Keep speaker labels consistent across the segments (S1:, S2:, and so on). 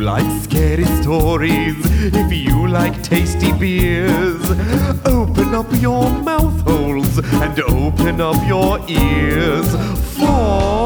S1: like scary stories, if you like tasty beers, open up your mouth holes and open up your ears for.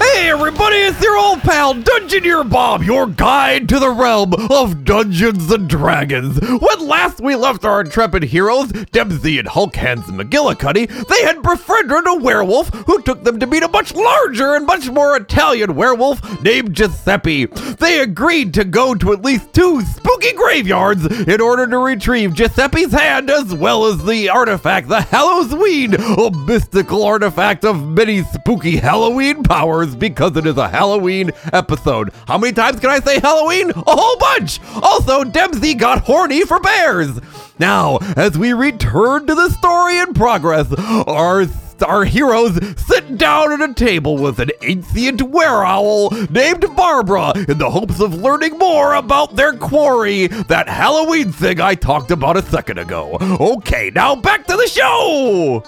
S2: Hey everybody, it's your old pal Dungeoneer Bob, your guide to the realm of Dungeons and Dragons. When last we left our intrepid heroes, Dempsey and Hulk Hands McGillicuddy, they had befriended a werewolf who took them to meet a much larger and much more Italian werewolf named Giuseppe. They agreed to go to at least two spooky graveyards in order to retrieve Giuseppe's hand as well as the artifact, the Hallowsweed, a mystical artifact of many spooky Halloween powers because it is a Halloween episode. How many times can I say Halloween? A whole bunch! Also, Dempsey got horny for bears! Now, as we return to the story in progress, our our heroes sit down at a table with an ancient wereowl named Barbara in the hopes of learning more about their quarry, that Halloween thing I talked about a second ago. Okay, now back to the show!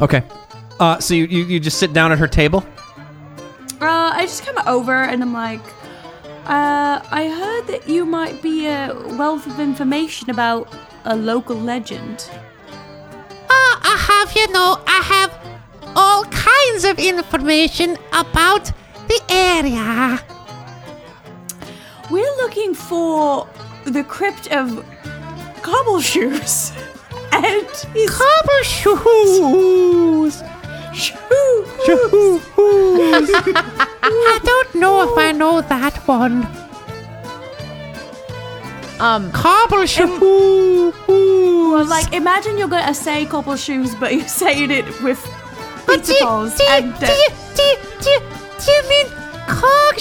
S3: Okay. Uh, so you, you, you just sit down at her table?
S4: Uh, I just come over and I'm like, uh, I heard that you might be a wealth of information about a local legend.
S5: Uh, I have, you know, I have all kinds of information about the area.
S4: We're looking for the crypt of Cobbleshoes and his
S5: Cobble shoes.
S4: shoes.
S5: I don't know if I know that one. Um, cobble shoes.
S4: Well, like imagine you're gonna say Cobbleshoes, but you're saying it with
S5: But
S4: pizza
S5: do, you-
S4: balls
S5: do, you-
S4: and
S5: do,
S4: uh,
S5: you- do, you- do, you- do you mean cog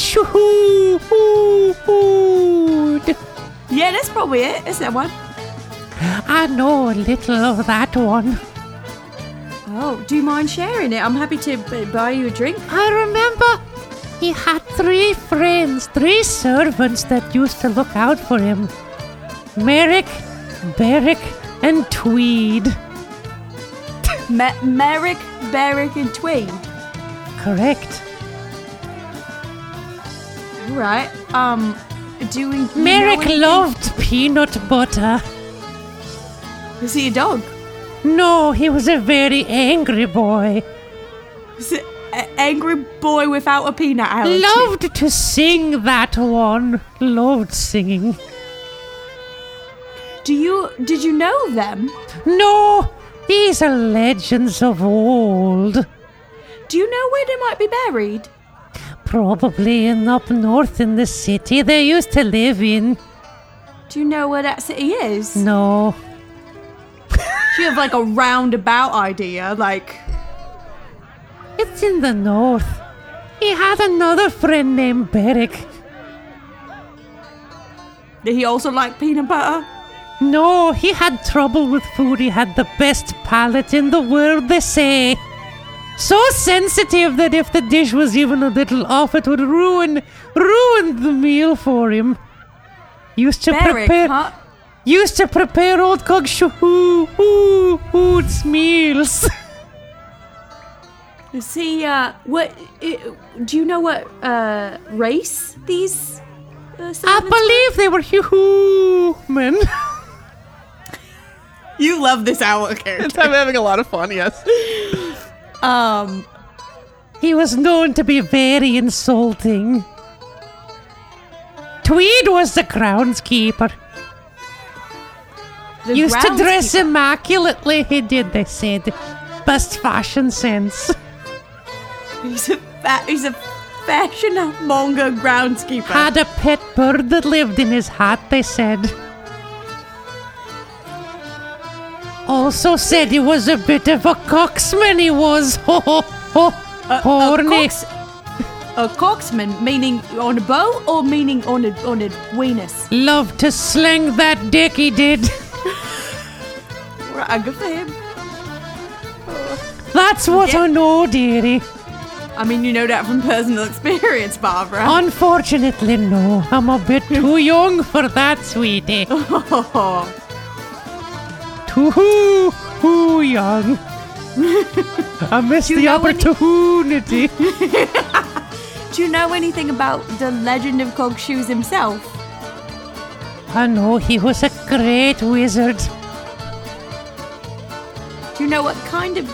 S5: shoes?
S4: yeah, that's probably it, isn't it? One.
S5: I know a little of that one.
S4: Oh, do you mind sharing it? I'm happy to b- buy you a drink.
S5: I remember he had three friends, three servants that used to look out for him Merrick, Beric, and Tweed.
S4: Me- Merrick, Berrick, and Tweed.
S5: Correct.
S4: Right. Um, do we? you
S5: Merrick
S4: know anything-
S5: loved peanut butter.
S4: Is he a dog?
S5: No, he was a very angry boy.
S4: Is it an angry boy without a peanut allergy?
S5: Loved to sing that one. Loved singing.
S4: Do you? Did you know them?
S5: No, these are legends of old.
S4: Do you know where they might be buried?
S5: Probably in up north in the city they used to live in.
S4: Do you know where that city is?
S5: No,
S4: Do you have like a roundabout idea? Like,
S5: it's in the north. He had another friend named Beric.
S4: did he also like peanut butter?
S5: No, he had trouble with food. He had the best palate in the world, they say. So sensitive that if the dish was even a little off, it would ruin ruin the meal for him. Used to
S4: Berwick,
S5: prepare
S4: huh?
S5: used to prepare old cock shoots meals.
S4: See, uh, what? i do you know what uh race these? Uh,
S5: I
S4: servants-
S5: believe they were human.
S4: you love this hour character.
S2: I'm having a lot of fun, yes.
S4: Um,
S5: He was known to be very insulting. Tweed was the groundskeeper.
S4: the
S5: Used to
S4: groundskeeper-
S5: dress immaculately, he did, they said. Best fashion sense.
S4: He's a fa- he's a fashion monger groundskeeper.
S5: Had a pet bird that lived in his hat, they said. Also said he was a bit of a coxman, he was. Ho ho ho. Horny.
S4: A, cox- a coxman, meaning on a bow or meaning on a on a weenus.
S5: Loved to sling that dick, he did.
S4: Right, good for him.
S5: That's what
S4: Yeah.
S5: I know, dearie.
S4: I mean, you know that from personal experience, Barbara.
S5: Unfortunately, no. I'm a bit too young for that, sweetie. Too too young. I missed
S4: You
S5: the
S4: know when you-
S5: opportunity.
S4: Do you know anything about the legend of Cogshoes himself?
S5: I know he was a great wizard.
S4: Do you know what kind of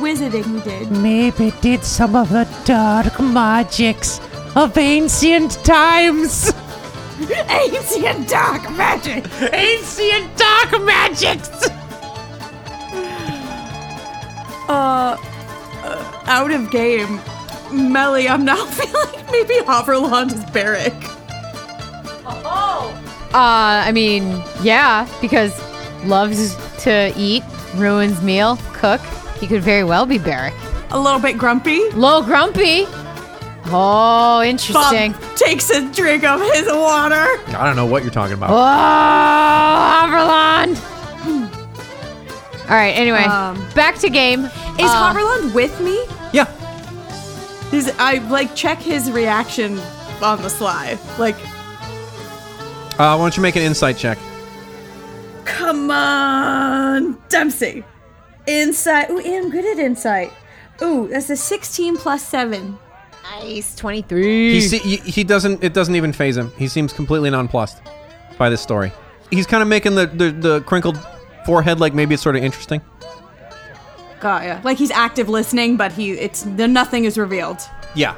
S4: wizarding he did?
S5: Maybe did some of the dark magics of ancient times.
S4: Ancient dark magic!
S5: Ancient dark magics!
S4: Uh, uh, out of game. Melly, I'm now feeling maybe Haverland is Beric.
S6: Uh, I mean, yeah, because loves to eat, ruins meal, cook. He could very well be Barrick.
S4: A little bit grumpy.
S6: Low grumpy. Oh,
S4: Bob
S6: interesting.
S4: takes a drink of his water.
S3: I don't know what you're talking about.
S6: Oh, Haverland. All right. Anyway,
S4: Um,
S6: back to game.
S4: Is
S6: Uh,
S4: Haverland with me?
S3: Uh, Yeah.
S4: Is I like check his reaction on the sly. Like,
S3: Uh, why don't you make an insight check?
S4: come on, Dempsey. Insight. Ooh, I'm good at insight. Ooh, that's a 16 plus 7.
S6: Nice, twenty-three.
S3: He see, he, he doesn't. It doesn't even phase him. He seems completely nonplussed by this story. He's kind of making the, the the crinkled forehead like maybe it's sort of interesting.
S4: Got ya. Like he's active listening, but he it's the, nothing is revealed.
S3: Yeah.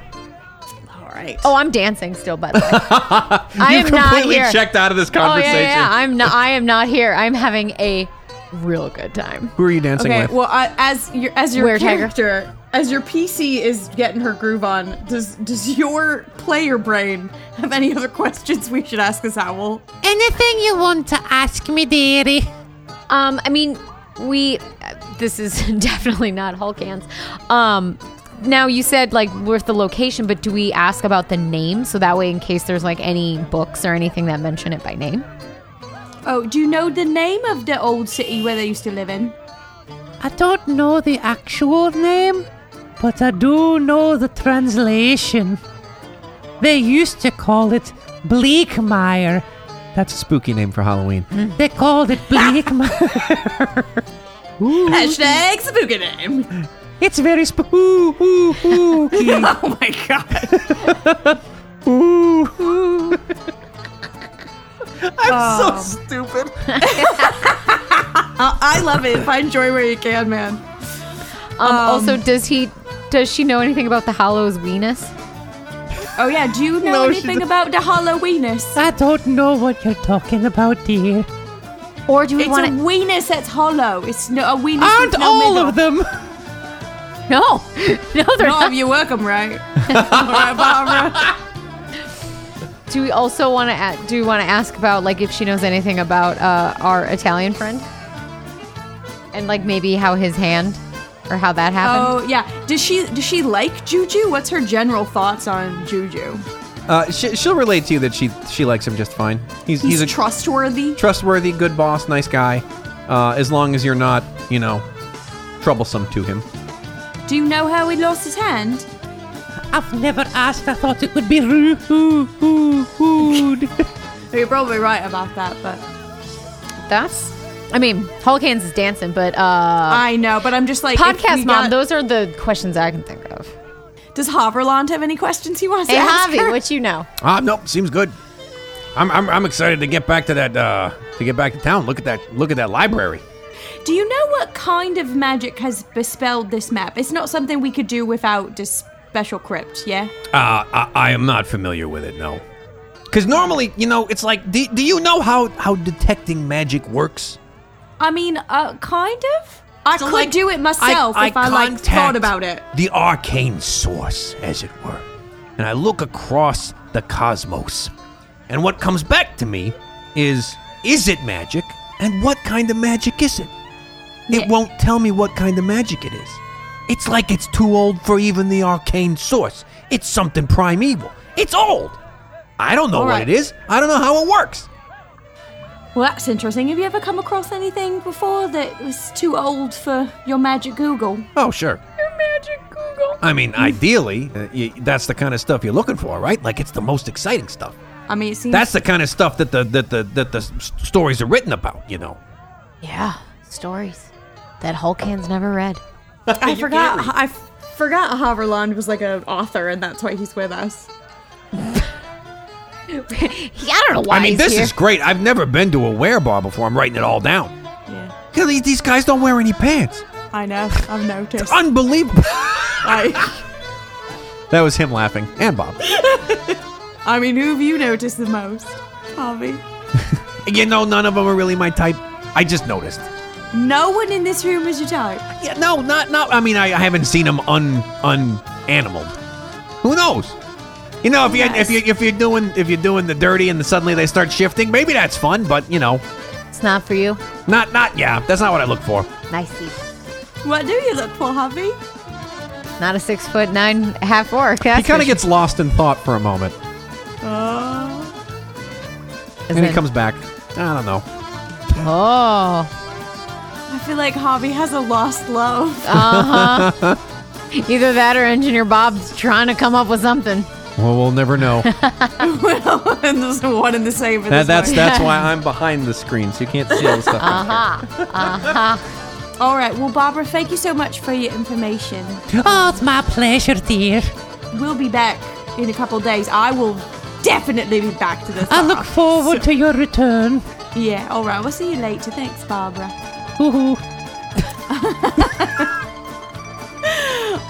S4: All right.
S6: Oh, I'm dancing still, by the way. I am not
S3: completely
S6: here.
S3: checked out of this
S6: oh yeah,
S3: conversation.
S6: yeah, yeah. I'm not. I am not here. I'm having a real good time.
S3: Who are you dancing
S4: okay.
S3: with?
S4: Well, I, as your as your
S6: Where, Tiger?
S4: character, as your PC is getting her groove on, does does your player brain have any other questions we should ask this owl?
S5: Anything you want to ask me, dearie?
S6: Um, I mean, we. uh, This is definitely not Hulk hands. Um, now you said like with the location, but do we ask about the name so that way in case there's like any books or anything that mention it by name?
S4: Oh, do you know the name of the old city where they used to live in?
S5: I don't know the actual name, but I do know the translation. They used to call it Bleakmire.
S3: That's a spooky name for Halloween.
S5: They called it Bleakmire.
S4: Hashtag spooky name.
S5: Mm. it's very spooky.
S4: Oh my god.
S3: So stupid.
S4: I, I love it. Find joy where you can, man.
S6: Um, also, does he? Does she know anything about the Hollows Venus?
S4: Oh yeah, do you know
S3: No, she
S4: anything about the Halloweenus?
S5: I don't know what you're talking about, dear.
S6: Or do we
S4: It's
S6: want
S4: a
S6: to?
S4: weenus that's hollow. It's no, a weenus
S5: Aren't
S4: with no
S5: all
S4: middle.
S5: of them?
S6: No, no, they're
S4: No,
S6: not.
S4: you work them right. All right, Barbara.
S6: Do we also want to? Do we want to ask about like if she knows anything about uh, our Italian friend, and like maybe how his hand or how that happened?
S4: Oh yeah. Does she does she like Juju? What's her general thoughts on Juju?
S3: Uh, she, she'll relate to you that she she likes him just fine. He's
S4: He's,
S3: he's, a
S4: trustworthy.
S3: trustworthy, good boss, nice guy. Uh, as long as you're not, you know, troublesome to him.
S4: Do you know how he lost his hand?
S5: I've never asked. I thought it would be rude.
S4: You're probably right about that, but
S6: That's. I mean, Hulk hands is dancing, but uh,
S4: I know. But I'm just like if we
S6: podcast mom.
S4: got-
S6: those are the questions I can think of.
S4: Does Haverland have any questions he wants
S6: Hey,
S4: to ask?
S6: Javi,
S4: her?
S6: what you know?
S2: Ah, nope. Seems good. I'm, I'm, I'm excited to get back to that. Uh, to get back to town. Look at that. Look at that library.
S4: Do you know what kind of magic has bespelled this map? It's not something we could do without this special crypt, yeah?
S2: Uh, I, I am not familiar with it. No.
S3: Because normally, you know, it's like, do, do you know how how detecting magic works?
S4: I mean, uh, kind of. I could do it myself if I like thought
S2: contact
S4: about it.
S2: The arcane source, as it were, and I look across the cosmos, and what comes back to me
S3: Is is it magic? And what kind of magic is it? It
S4: Yeah.
S3: won't tell me what kind of magic it is. It's like it's too old for even the arcane source. It's something primeval. It's old. I don't know
S4: All
S3: what
S4: right.
S3: it is. I don't know how it works.
S4: Well, that's interesting. Have you ever come across anything before that was too old for your magic Google?
S3: Oh, sure.
S7: jungle.
S8: I mean, ideally, uh, y- that's the kind of stuff you're looking for, right? Like it's the most exciting stuff.
S7: I mean, it seems
S8: That's the kind of stuff that the that the that the s- stories are written about. You know.
S6: Yeah, stories that Hulk hands never read.
S4: I forgot. I f- forgot Haverland was like an author, and that's why he's with us.
S6: I don't know why.
S8: I mean,
S6: he's
S8: this
S6: here.
S8: is great. I've never been to a wear bar before. I'm writing it all down.
S7: Yeah,
S8: Yeah, these, these guys don't wear any pants.
S4: I know. I've noticed.
S8: Unbelievable.
S4: I,
S3: That was him laughing.
S8: and Bob.
S4: I mean, who have you noticed the most, Harvey?
S8: You know, none of them are really my type. I just noticed.
S4: No one in this room is your type.
S8: Yeah, no, not not. I mean, I, I haven't seen them un un animal. Who knows? You know, if you if you if you're doing if you're doing the dirty and suddenly they start shifting, maybe that's fun. But you know,
S6: It's not for you.
S8: not not yeah. That's not what I look for.
S6: Nice seat.
S4: What do you look for, Harvey?
S6: Not a six foot nine half orc.
S3: He kind of gets lost in thought for a moment,
S4: Oh,
S3: and he comes back. I don't know.
S6: Oh,
S4: I feel like Harvey has a lost love.
S6: either that or Engineer Bob's trying to come up with something.
S3: Well, we'll never know.
S4: and there's one and the same. for
S3: That,
S4: this
S3: that's
S4: one.
S3: that's why Uh-huh. I'm behind the screen, so you can't see all the stuff. back there.
S7: All right. Well, Barbara, thank you so much for your information.
S5: Oh, it's my pleasure, dear.
S4: We'll be back in a couple days. I will definitely be back to this.
S5: I look forward to your return.
S4: Yeah. All right. We'll see you later. Thanks, Barbara.
S5: Ooh.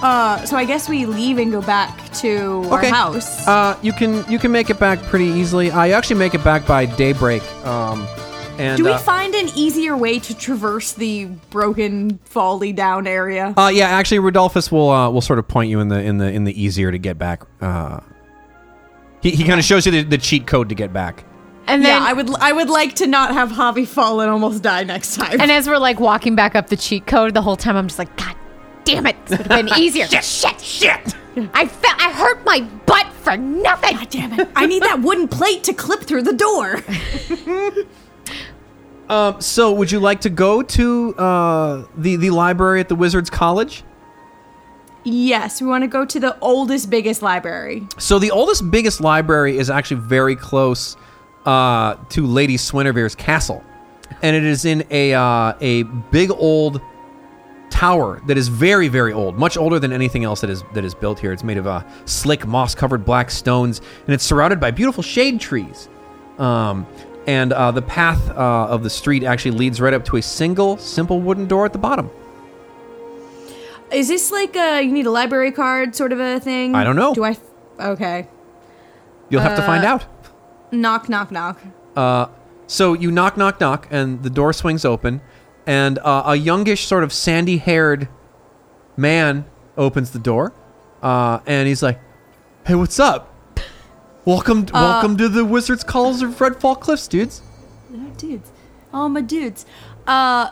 S4: Uh, so I guess we leave and go back to
S3: Okay.
S4: our house.
S3: Uh, you can you can make it back pretty easily. I actually make it back by daybreak. Um, and
S4: Do we
S3: uh,
S4: find an easier way to traverse the broken, folly down area?
S3: uh, yeah, actually, Rodolphus will uh, will sort of point you in the in the in the easier to get back. Uh, he he kind of shows you the, the cheat code to get back.
S6: And
S4: yeah,
S6: then,
S4: I would. I would like to not have Hobby fall and almost die next time.
S6: and as we're like walking back up the cheat code, the whole time I'm just like, God damn it, this would have been easier. shit, shit, shit. I felt I hurt my butt for nothing. God damn it.
S4: I need that wooden plate to clip through the door.
S3: Um, so would you like to go to uh, the the library at the Wizards College?
S4: yes, we want to go to the oldest, biggest library.
S3: So the oldest, biggest library is actually very close uh, to Lady Swinnervere's castle, and it is in a uh, a big old tower that is very very old, much older than anything else that is that is built here. It's made of uh, slick moss covered black stones, and it's surrounded by beautiful shade trees. Um, and uh, the path uh, of the street actually leads right up to a single simple wooden door at the bottom.
S4: Is this like a you need a library card sort of a thing?
S3: I don't know.
S4: Do I? f- Okay.
S3: You'll have to find out.
S4: Knock, knock, knock.
S3: So you knock, knock, knock, and the door swings open, and uh, a youngish, sort of sandy-haired man opens the door, uh, and he's like, "Hey, what's up? Welcome, welcome to the Wizards' Calls of Redfall Cliffs, dudes."
S4: Oh, dudes. Oh, my dudes. Uh,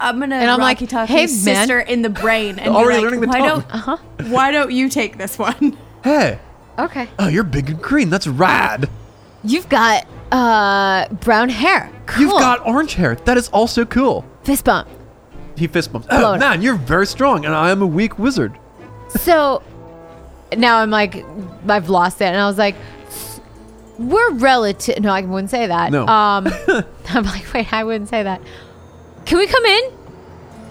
S4: I'm gonna and
S6: I'm
S4: I'm
S6: like,
S4: like, talk
S6: "Hey,
S4: his
S6: man."
S4: sister in the brain, and be
S3: Already
S4: like,
S3: learning the
S4: why
S3: tongue. Uh-huh.
S4: don't why don't you take this one?
S3: Hey,
S6: Okay.
S3: oh, you're big and green. That's rad.
S6: You've got uh brown hair. Cool.
S3: You've got orange hair. That is also cool.
S6: fist bump.
S3: He fist bumps. Oh
S6: Blow it.
S3: man, you're very strong, and I am a weak wizard.
S6: So now I'm like, I've lost it, and I was like, we're relative. No, I wouldn't say that.
S3: No.
S6: Um, I'm like, wait, I wouldn't say that. Can we come in?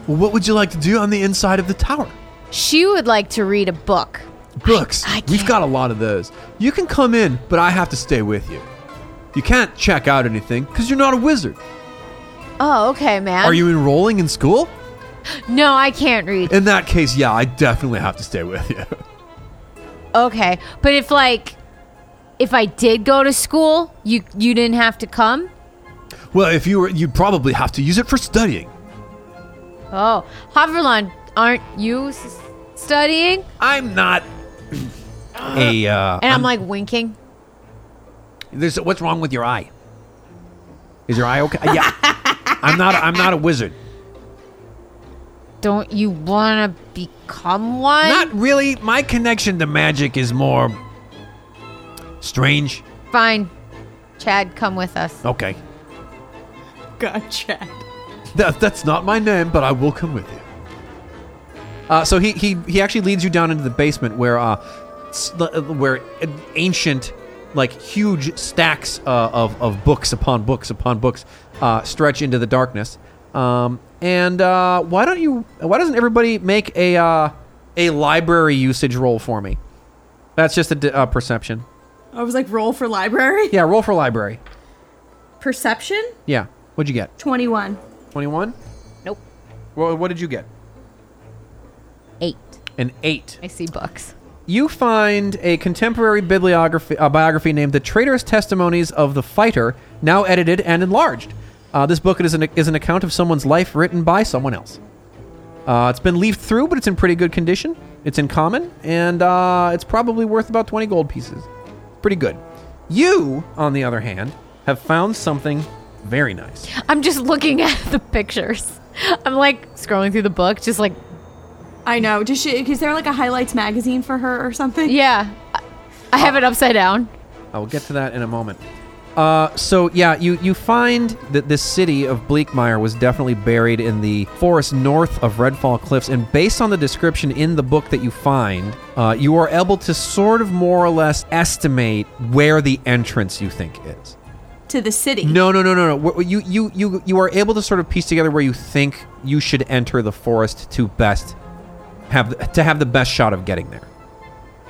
S3: Well, what would you like to do on the inside of the tower?
S6: She would like to read a book.
S3: books.
S6: I
S3: We've
S6: can't-
S3: got a lot of those. You can come in, but I have to stay with you. You can't check out anything because you're not a wizard.
S6: Oh, okay, man.
S3: Are you enrolling in school?
S6: No, I can't read.
S3: In that case, yeah, I definitely have to stay with you.
S6: Okay, but if like, if I did go to school, you you didn't have to come.
S3: well, if you were, you'd probably have to use it for studying.
S6: Oh, Haverland, aren't you s- studying?
S3: I'm not a. Uh,
S6: And I'm like winking.
S3: there's what's wrong with your eye? Is your eye okay? Yeah, I'm not. I'm not a wizard.
S6: Don't you want to become one?
S3: Not really. My connection to magic is more strange.
S6: Fine. Chad, come with us.
S3: Okay,
S4: Gotcha.
S3: That, that's not my name, but I will come with you. Uh, so he, he he actually leads you down into the basement where uh s- uh, where ancient like huge stacks uh, of of books upon books upon books uh, stretch into the darkness. Um, and uh, why don't you why doesn't everybody make a uh, a library usage roll for me? That's just a d- uh, perception.
S4: I was like, roll for library.
S3: Yeah, roll for library.
S4: Perception
S3: Yeah. What'd you get?
S9: 21.
S3: 21?
S6: Nope.
S3: Well, what did you get?
S6: Eight.
S3: An 8.
S6: I see books.
S3: You find a contemporary bibliography uh, biography named The Traitor's Testimonies of the Fighter, now edited and enlarged. Uh, this book is an, is an account of someone's life written by someone else. Uh, it's been leafed through, but it's in pretty good condition. It's in common, and uh, it's probably worth about 20 gold pieces. Pretty good. You, on the other hand, have found something very nice.
S6: I'm just looking at the pictures. I'm like scrolling through the book, just like,
S4: I know. Does she? Is there like a highlights magazine for her or something?
S6: yeah. I- I have it upside down.
S3: I will get to that in a moment. Uh, so yeah, you you find that this city of Bleakmire was definitely buried in the forest north of Redfall Cliffs, and based on the description in the book that you find, uh, you are able to sort of more or less estimate where the entrance you think is.
S4: To the city.
S3: No, no, no, no, no. Wh- You you you you are able to sort of piece together where you think you should enter the forest to best have to have the best shot of getting there.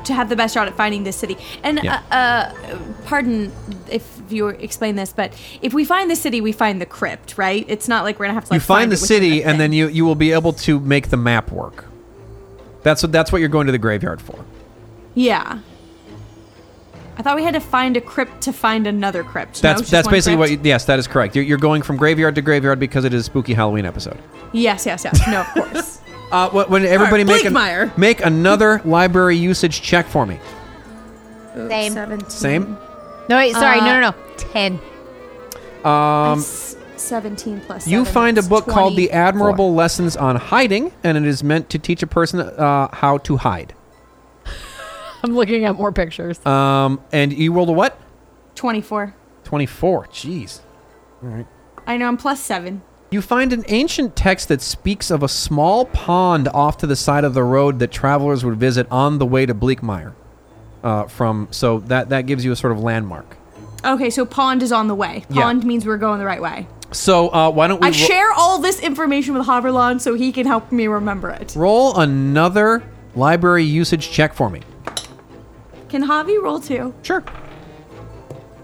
S4: to have the best shot at finding this city. And
S3: Yeah.
S4: uh, uh, pardon if you explain this, but if we find the city, we find the crypt, right? It's not like we're gonna have to. Like,
S3: you find the
S4: it within
S3: city
S4: the
S3: and then
S4: thing.
S3: you you will be able to make the map work that's what that's what you're going to the graveyard for
S4: yeah. I thought we had to find a crypt to find another crypt. No,
S3: that's
S4: just
S3: that's
S4: one
S3: basically what
S4: crypt?
S3: you, yes that is correct you're, you're going from graveyard to graveyard because it is spooky halloween episode
S4: Yes, yes, yes. No, of course.
S3: uh wh- when everybody make an-
S4: Bleakmire.
S3: make another library usage check for me
S6: Same.
S3: same
S4: Mm-hmm.
S6: No, wait, sorry. no, no, no. Ten.
S3: um
S4: S- Seventeen plus.
S3: you
S4: seven
S3: find a
S4: is
S3: book called the
S4: 24.
S3: admirable lessons on hiding and it is meant to teach a person uh, how to hide
S6: I'm looking at more pictures.
S3: um and you rolled a what
S4: Twenty-four.
S3: 24 jeez
S4: I know. I'm plus seven.
S3: You find an ancient text that speaks of a small pond off to the side of the road that travelers would visit on the way to Bleakmire. Uh, from so that that gives you a sort of landmark.
S4: Okay, so pond is on the way.
S3: Yeah.
S4: Pond means we're going the right way.
S3: So uh, why don't we
S4: I
S3: ro-
S4: share all this information with Haverlon so he can help me remember it.
S3: roll another library usage check for me?
S4: Can Javi roll too?
S3: Sure.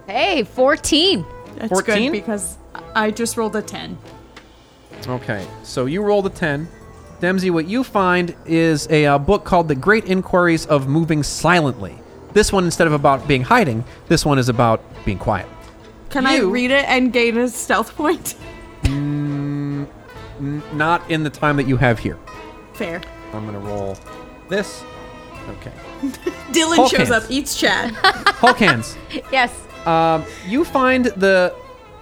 S6: Hey, fourteen.
S4: That's
S3: 14?
S4: good because I just rolled a 10.
S3: Okay. So you roll the ten. Demsey, what you find is a uh, book called "The Great Inquiries of Moving Silently." This one, instead of about being hiding, this one is about being quiet.
S4: Can
S3: You-
S4: I read it and gain a stealth point?
S3: Not in the time that you have here.
S4: Fair.
S3: I'm gonna roll this. Okay.
S4: Dylan
S3: Hulk
S4: shows
S3: hands.
S4: up, eats Chad.
S3: Hulk hands.
S6: Yes.
S3: Um, you find the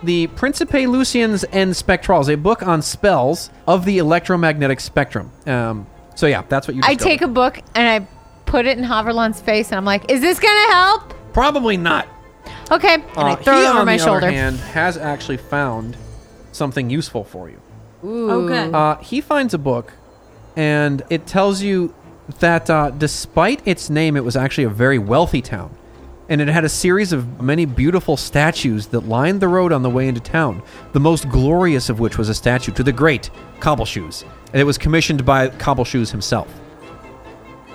S3: the Principe Lucians and Spectrals, a book on spells of the electromagnetic spectrum. Um, so yeah, that's what you.
S6: I
S3: discovered.
S6: take a book and I put it in Haverlon's face, and I'm like, "Is this gonna help?"
S3: probably not.
S6: Okay. And I
S3: Uh,
S6: throw
S3: he,
S6: it over
S3: on
S6: my
S3: the
S6: shoulder.
S3: other hand, has actually found something useful for you.
S4: oh, good.
S3: Uh, he finds a book, and it tells you that uh, despite its name, it was actually a very wealthy town. And it had a series of many beautiful statues that lined the road on the way into town, the most glorious of which was a statue to the great Cobbleshoes. And it was commissioned by Cobbleshoes himself.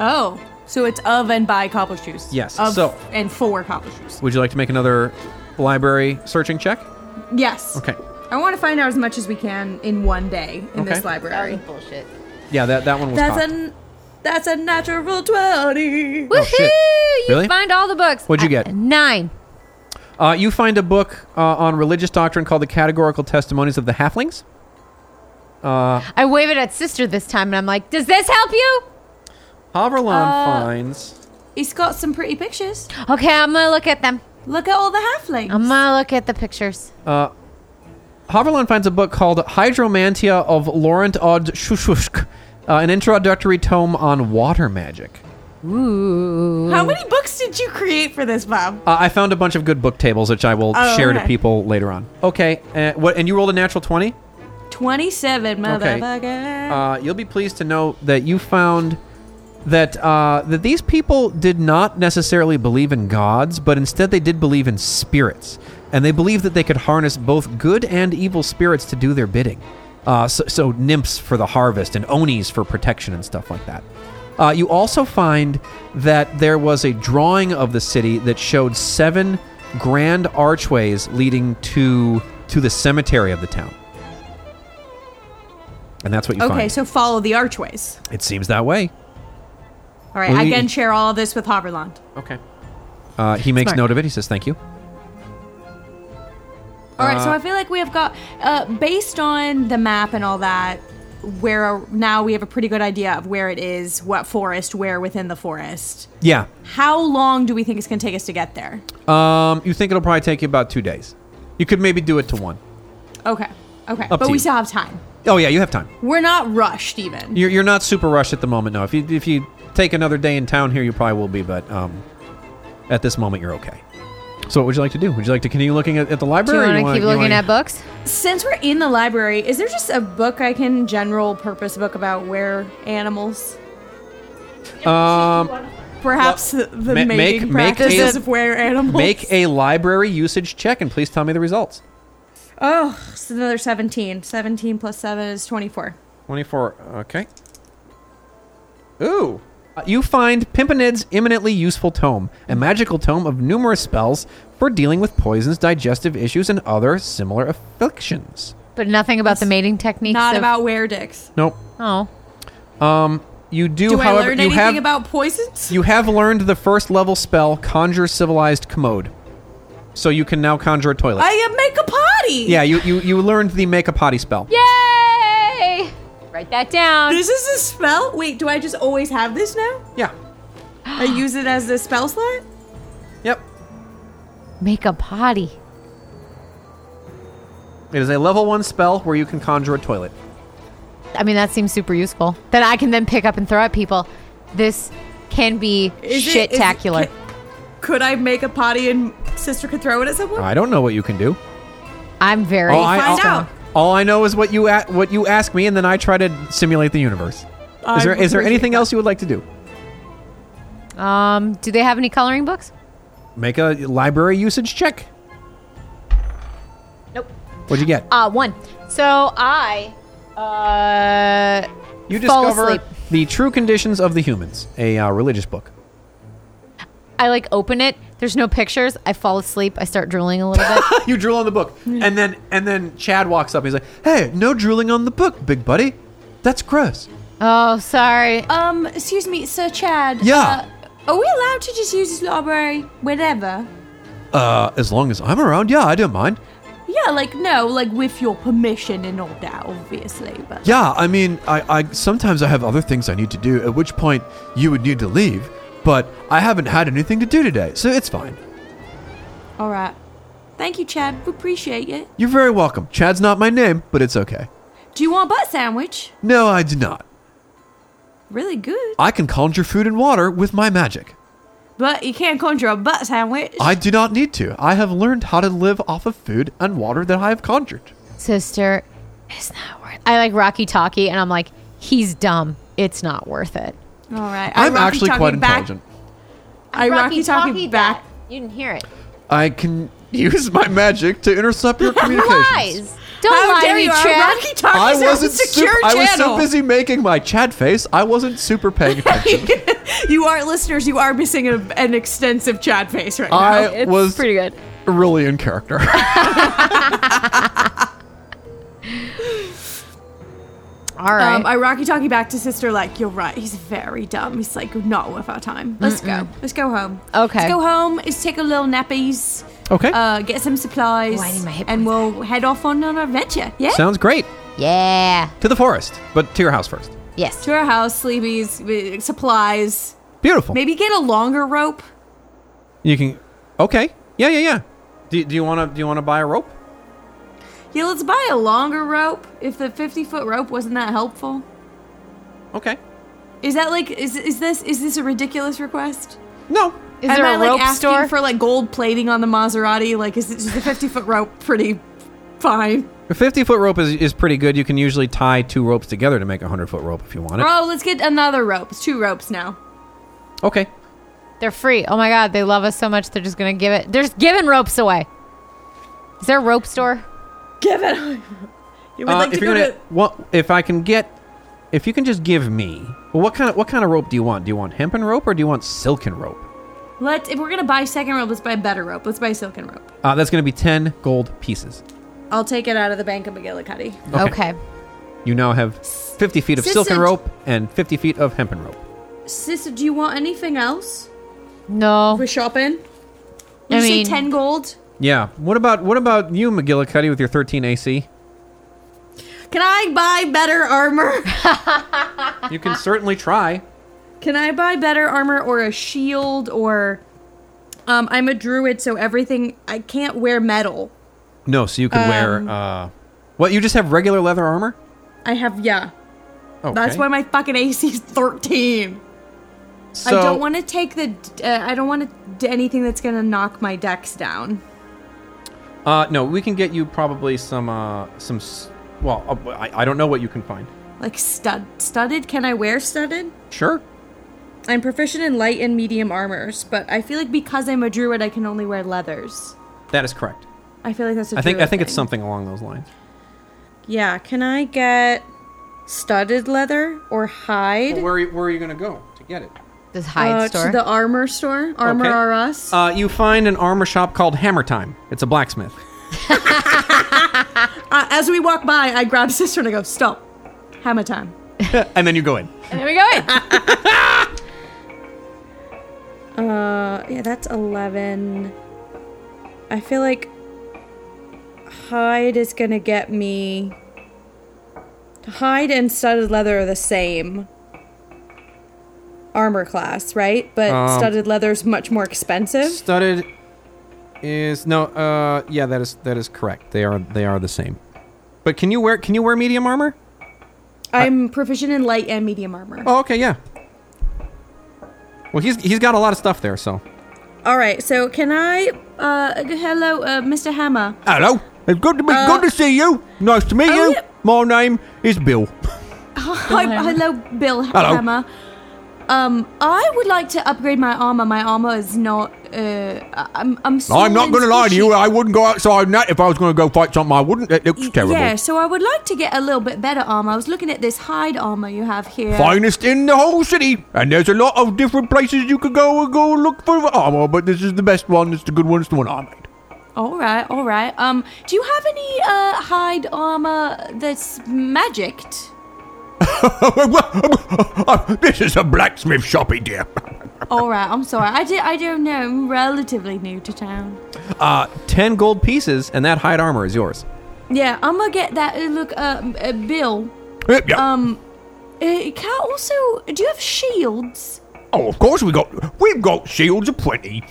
S4: oh, so it's of and by cobbleshoes.
S3: Yes,
S4: Of
S3: so-
S4: and for cobbleshoes.
S3: Would you like to make another library searching check?
S4: Yes.
S3: Okay.
S4: I want to find out as much as we can in one day in
S3: Okay.
S4: this library.
S6: bullshit.
S3: Yeah, that, that one was
S4: That's
S3: hot.
S4: a that's a natural twenty.
S6: Woohoo!
S3: Oh, shit.
S6: You
S3: Really?
S6: find all the books.
S3: What'd you
S6: Uh,
S3: get?
S6: Nine.
S3: Uh, you find a book uh, on religious doctrine called The Categorical Testimonies of the Halflings.
S6: I wave it at sister this time, and I'm like, "Does this help you?"
S3: Haverlon finds.
S4: He's got some pretty pictures.
S6: Okay, I'm gonna look at them.
S4: Look at all the halflings.
S6: I'm gonna look at the pictures.
S3: Haverland finds a book called Hydromantia of Laurent Odd Shushushk, uh, an introductory tome on water magic.
S6: Ooh.
S4: How many books did you create for this, Bob?
S3: Uh, I found a bunch of good book tables, which I will
S4: Oh,
S3: share to
S4: okay.
S3: people later on. Okay, uh, what? And you rolled a natural twenty.
S4: 27,
S3: Okay.
S4: motherfucker.
S3: Uh, you'll be pleased to know that you found that uh, that these people did not necessarily believe in gods, but instead they did believe in spirits, and they believed that they could harness both good and evil spirits to do their bidding. Uh, so, so nymphs for the harvest and onis for protection and stuff like that. Uh, you also find that there was a drawing of the city that showed seven grand archways leading to to the cemetery of the town. And that's what you find.
S4: okay, so follow the archways.
S3: It seems that way.
S4: All right,
S3: Well,
S4: I
S3: you-
S4: can share all this with Haberland.
S3: Okay. Uh, he makes
S6: Smart.
S3: note of it. He says, "Thank you."
S4: All right, so I feel like we have got, uh, based on the map and all that, where uh, now we have a pretty good idea of where it is, what forest, where within the forest.
S3: Yeah.
S4: How long do we think it's going to take us to get there?
S3: Um, you think it'll probably take you about two days? You could maybe do it to one.
S4: Okay, okay,
S3: Up
S4: but
S3: to
S4: we
S3: you.
S4: still have time.
S3: Oh yeah, you have time.
S4: We're not rushed, even.
S3: You're, you're not super rushed at the moment. No, if you if you take another day in town here, you probably will be. But um, at this moment, you're okay. So, what would you like to do? Would you like to continue looking at, at the
S6: Do you
S3: library? or
S6: want to
S3: wanna-
S6: keep
S3: you
S6: looking
S3: wanna-
S6: at books?
S4: Since we're in the library, is there just a book I can general purpose book about where animals?
S3: Um,
S4: Perhaps the, the
S3: ma- make-
S4: mating
S3: make
S4: practices
S3: a-
S4: of where animals.
S3: Um, make a library usage check and please tell me the results.
S4: oh, it's another 17. 17 plus 7 is 24.
S3: 24. Okay. Ooh. Uh, You find Pimpinid's imminently useful tome, a magical tome of numerous spells for dealing with poisons, digestive issues, and other similar afflictions.
S6: But nothing about the mating techniques.
S4: Not
S6: of-
S4: about where dicks.
S3: Nope.
S6: Oh,
S3: You do,
S4: Do
S3: however,
S4: I learn
S3: you
S4: anything
S3: have
S4: about poisons?
S3: you have learned the first level spell, conjure civilized commode, so you can now conjure a toilet.
S4: I am make a potty.
S3: yeah, you, you you learned the make a potty spell.
S6: yay! Write that down.
S4: Is this a spell? Wait, do I just always have this now?
S3: Yeah.
S4: I use it as a spell slot?
S3: Yep.
S6: Make a potty.
S3: It is a level one spell where you can conjure a toilet.
S6: I mean, that seems super useful. That I can then pick up and throw at people. This can be
S4: Is it- is it-
S6: shit-tacular.
S4: ca- could I make a potty and sister could throw it at someone?
S3: I don't know what you can do.
S6: I'm very.
S3: all I,
S4: find
S3: all-
S4: out.
S3: all I know is what you a- what you ask me, and then I try to simulate the universe. Is there is there anything else you would like to do?
S6: um, do they have any coloring books?
S3: Make a library usage check.
S6: Nope.
S3: What'd you get?
S6: Uh, one. So I. Uh,
S3: you
S6: fall
S3: discover
S6: asleep.
S3: the true conditions of the humans, a uh, religious book.
S6: I like open it. There's no pictures. I fall asleep. I start drooling a little bit.
S3: you drool on the book,
S4: Hmm.
S3: and then and then Chad walks up. and He's like, "Hey, no drooling on the book, big buddy. That's gross."
S6: oh, sorry.
S4: Um, excuse me, Sir Chad.
S3: Yeah.
S4: uh, are we allowed to just use this library whenever?
S3: Uh, as long as I'm around, yeah, I don't mind.
S4: Yeah, like no, like with your permission and all that, obviously. But
S3: Yeah, I mean, I, I sometimes I have other things I need to do. At which point you would need to leave, but I haven't had anything to do today, so it's fine.
S4: all right. Thank you, Chad. We appreciate it.
S3: You're very welcome. Chad's not my name, but it's okay.
S4: Do you want a butt sandwich?
S3: No, I do not.
S4: Really good.
S3: I can conjure food and water with my magic.
S4: But you can't conjure a butt sandwich.
S3: I do not need to. I have learned how to live off of food and water that I have conjured.
S6: Sister, it's not worth. I like Rocky Talkie, and I'm like, he's dumb. It's not worth it.
S4: all right. I
S3: I'm
S4: Rocky
S3: actually
S4: Talkie
S3: quite
S4: back-
S3: intelligent.
S4: I Rocky Talkie back.
S6: that. You didn't hear it.
S3: I can use my magic to intercept your communications.
S6: Lies. Don't
S4: How
S6: lie
S4: dare
S6: to me,
S4: you? Our
S6: Chad.
S4: Rocky
S3: I
S4: Talkie's
S3: wasn't
S4: secure
S3: sup- I was so
S4: channel.
S3: busy making my Chad face, I wasn't super paying attention.
S4: you are listeners. You are missing a, an extensive Chad face right now.
S3: I
S6: It's
S3: was
S6: pretty good.
S3: really in character.
S6: All right.
S4: Um, I Rocky Talkie back to sister like, you're right, he's very dumb. He's like not worth our time. Let's go. Let's go home.
S6: Okay.
S4: Let's go home. Let's take a little nappies.
S3: okay.
S4: Uh, get some supplies.
S6: Oh, I need my hit
S4: and
S6: points
S4: we'll head off on an adventure. Yeah.
S3: Sounds great.
S6: yeah.
S3: To the forest, but to your house first.
S6: Yes.
S4: to our house, sleepies, uh, supplies.
S3: Beautiful.
S4: Maybe get a longer rope.
S3: You can. Okay. Yeah, yeah, yeah. Do, do you want to? Do you want to buy a rope?
S4: Yeah, let's buy a longer rope. If the fifty foot rope wasn't that helpful,
S3: Okay.
S4: is that like is is this is this a ridiculous request?
S3: No.
S6: Is
S4: Am
S6: there
S4: I
S6: a
S4: like
S6: rope
S4: asking
S6: store?
S4: for like gold plating on the Maserati? Like, is, it, is the fifty foot rope pretty fine?
S3: A 50 foot rope is, is pretty good. You can usually tie two ropes together to make a 100 foot rope if you want it.
S4: Bro, Oh, let's get another rope. It's two ropes now.
S3: Okay.
S6: They're free. Oh my god, they love us so much. They're just gonna give it. They're just giving ropes away. Is there a rope store?
S10: Give it. You would
S3: Uh,
S10: like to
S3: if
S10: go
S3: you're
S10: to.
S3: gonna, what if I can get, if you can just give me, well, what kind of what kind of rope do you want? Do you want hempen rope or do you want silken rope?
S4: Let's if we're gonna buy second rope, let's buy better rope. Let's buy silken rope.
S3: Uh, that's going to be ten gold pieces.
S4: I'll take it out of the bank of McGillicuddy.
S6: Okay.
S3: You now have 50 feet of
S4: Sis-
S3: silken
S4: sis-
S3: rope and 50 feet of hempen rope.
S4: Sis, do you want anything else?
S6: No.
S4: We're shopping.
S6: I
S4: Did you
S6: mean-
S4: say ten gold?
S3: Yeah. What about what about you, McGillicuddy, with your 13 AC?
S4: Can I buy better armor?
S3: You can certainly try.
S4: Can I buy better armor or a shield or? Um, I'm a druid, so everything I can't wear metal.
S3: No, so you can
S4: Um,
S3: wear. Uh, what? You just have regular leather armor?
S4: I have yeah.
S3: Okay.
S4: That's why my fucking AC is 13. I
S3: So-
S4: don't want to take the. Uh, I don't want to anything that's gonna knock my dex down.
S3: Uh, no, we can get you probably some uh some. s- Well, uh, I, I don't know what you can find.
S4: Like stud, studded. Can I wear studded?
S3: Sure.
S4: I'm proficient in light and medium armors, but I feel like because I'm a druid, I can only wear leathers.
S3: That is correct.
S4: I feel like that's a
S3: I think I
S4: druid
S3: think it's
S4: thing.
S3: something along those lines.
S4: Yeah. Can I get studded leather or hide?
S3: where are you, where are you gonna go to get it?
S6: This hide
S4: Uh, to
S6: store.
S4: the armor store. Armor
S3: Okay.
S4: R Us.
S3: Uh, you find an armor shop called Hammer Time. It's a blacksmith.
S4: Uh, as we walk by, I grab sister and I go, "Stop, hammer time."
S3: and then you go in.
S6: there we go. in.
S4: Uh, yeah, that's 11. I feel like hide is gonna get me. Hide and studded leather are the same armor class, right? But
S3: Um,
S4: studded leather's much more expensive.
S3: Studded is no. Uh, yeah, that is that is correct. They are they are the same. But can you wear can you wear medium armor?
S4: I'm proficient in light and medium armor.
S3: Oh, okay, yeah. Well, he's he's got a lot of stuff there. So
S4: All right, so can I? Uh, g- hello, uh, Mr. Hammer.
S2: Hello. It's good to be
S4: Uh,
S2: good to see you. Nice to meet
S4: oh,
S2: you.
S4: yeah.
S2: My name is Bill.
S4: Hi, hello, Bill
S2: Hello.
S4: Hammer. Um, I would like to upgrade my armor. My armor is not. Uh, I- I'm. I'm.
S2: I'm not going to lie to you.
S4: I
S2: I wouldn't go outside in that if I was going to go fight something. I wouldn't. It looks terrible.
S4: Yeah, so I would like to get a little bit better armor. I was looking at this hide armor you have here.
S2: Finest in the whole city, and there's a lot of different places you could go and go look for armor. But this is the best one. It's the good one. It's the one I made.
S4: All right, all right. Um, do you have any uh hide armor that's magicked?
S2: Oh, this is a blacksmith shoppy, dear.
S4: all right, I'm sorry. I di- I don't know. I'm relatively new to town.
S3: uh, ten gold pieces, and that hide armor is yours.
S4: Yeah, I'm gonna get that. Uh, look, uh, m- uh, Bill.
S2: Yeah.
S4: Um, uh, can I also? Do you have shields?
S2: oh, of course we got we've got shields aplenty.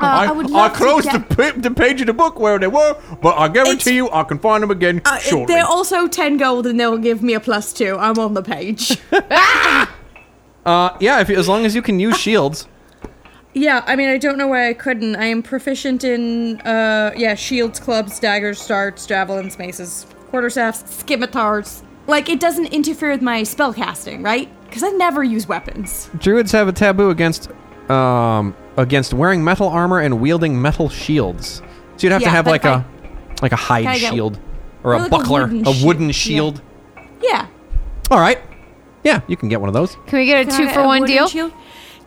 S4: Uh, I, would love
S2: closed
S4: to get-
S2: the, pa- the page of the book where they were, but I guarantee
S4: It's-
S2: you I can find them again
S4: Uh,
S2: shortly.
S4: they're also 10 gold and they'll give me a plus two. I'm on the page.
S3: Uh, yeah, if, as long as you can use shields.
S4: yeah, I mean, I don't know why I couldn't. I am proficient in, uh, yeah, shields, clubs, daggers, darts, javelins, maces, quarterstaffs, scimitars. Like, it doesn't interfere with my spell casting, right? Because I never use weapons.
S3: Druids have a taboo against um, against wearing metal armor and wielding metal shields. So you'd have to
S4: Yeah,
S3: have
S4: but
S3: like
S4: if
S3: a like a hide
S4: Gotta get-
S3: shield or a
S4: like a
S3: buckler,
S4: wooden
S3: a
S4: shi-
S3: wooden
S4: yeah.
S3: shield.
S4: Yeah.
S3: All right. Yeah, you can get one of those.
S6: Can we get a
S4: Can I
S6: two
S4: get
S6: for
S4: a
S6: one
S4: wooden
S6: deal?
S4: shield?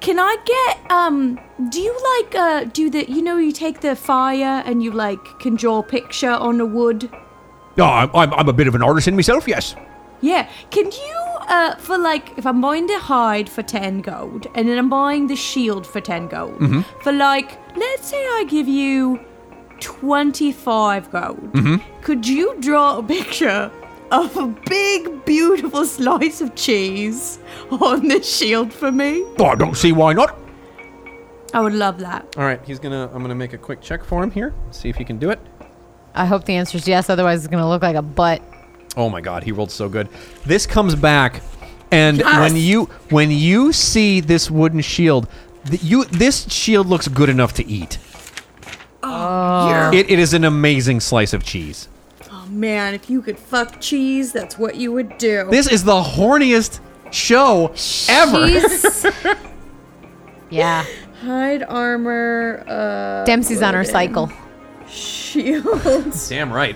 S4: Can I get, um, do you like, uh, do the, you know, you take the fire and you, like, can draw a picture on the wood?
S2: Oh, I'm, I'm, I'm a bit of an artisan myself, yes.
S4: Yeah. Can you, uh, for like, if I'm buying the hide for 10 gold and then I'm buying the shield for 10 gold, for like, let's say I give you 25 gold, could you draw a picture of a big, beautiful slice of cheese on the shield for me?
S2: Oh, I don't see why not.
S4: I would love that.
S3: All right, he's gonna. I'm gonna make a quick check for him here. See if he can do it.
S6: I hope the answer is yes. Otherwise, it's gonna look like a butt.
S3: Oh my God, he rolled so good. This comes back, and when you when you see this wooden shield, th- you this shield looks good enough to eat. Oh. It, it is an amazing slice of cheese.
S4: Oh
S10: man, if you could fuck cheese, that's what you would do.
S3: This is the horniest show ever.
S6: She's- yeah.
S10: Hide armor, uh,
S6: Dempsey's on her cycle.
S10: shields,
S3: Damn right.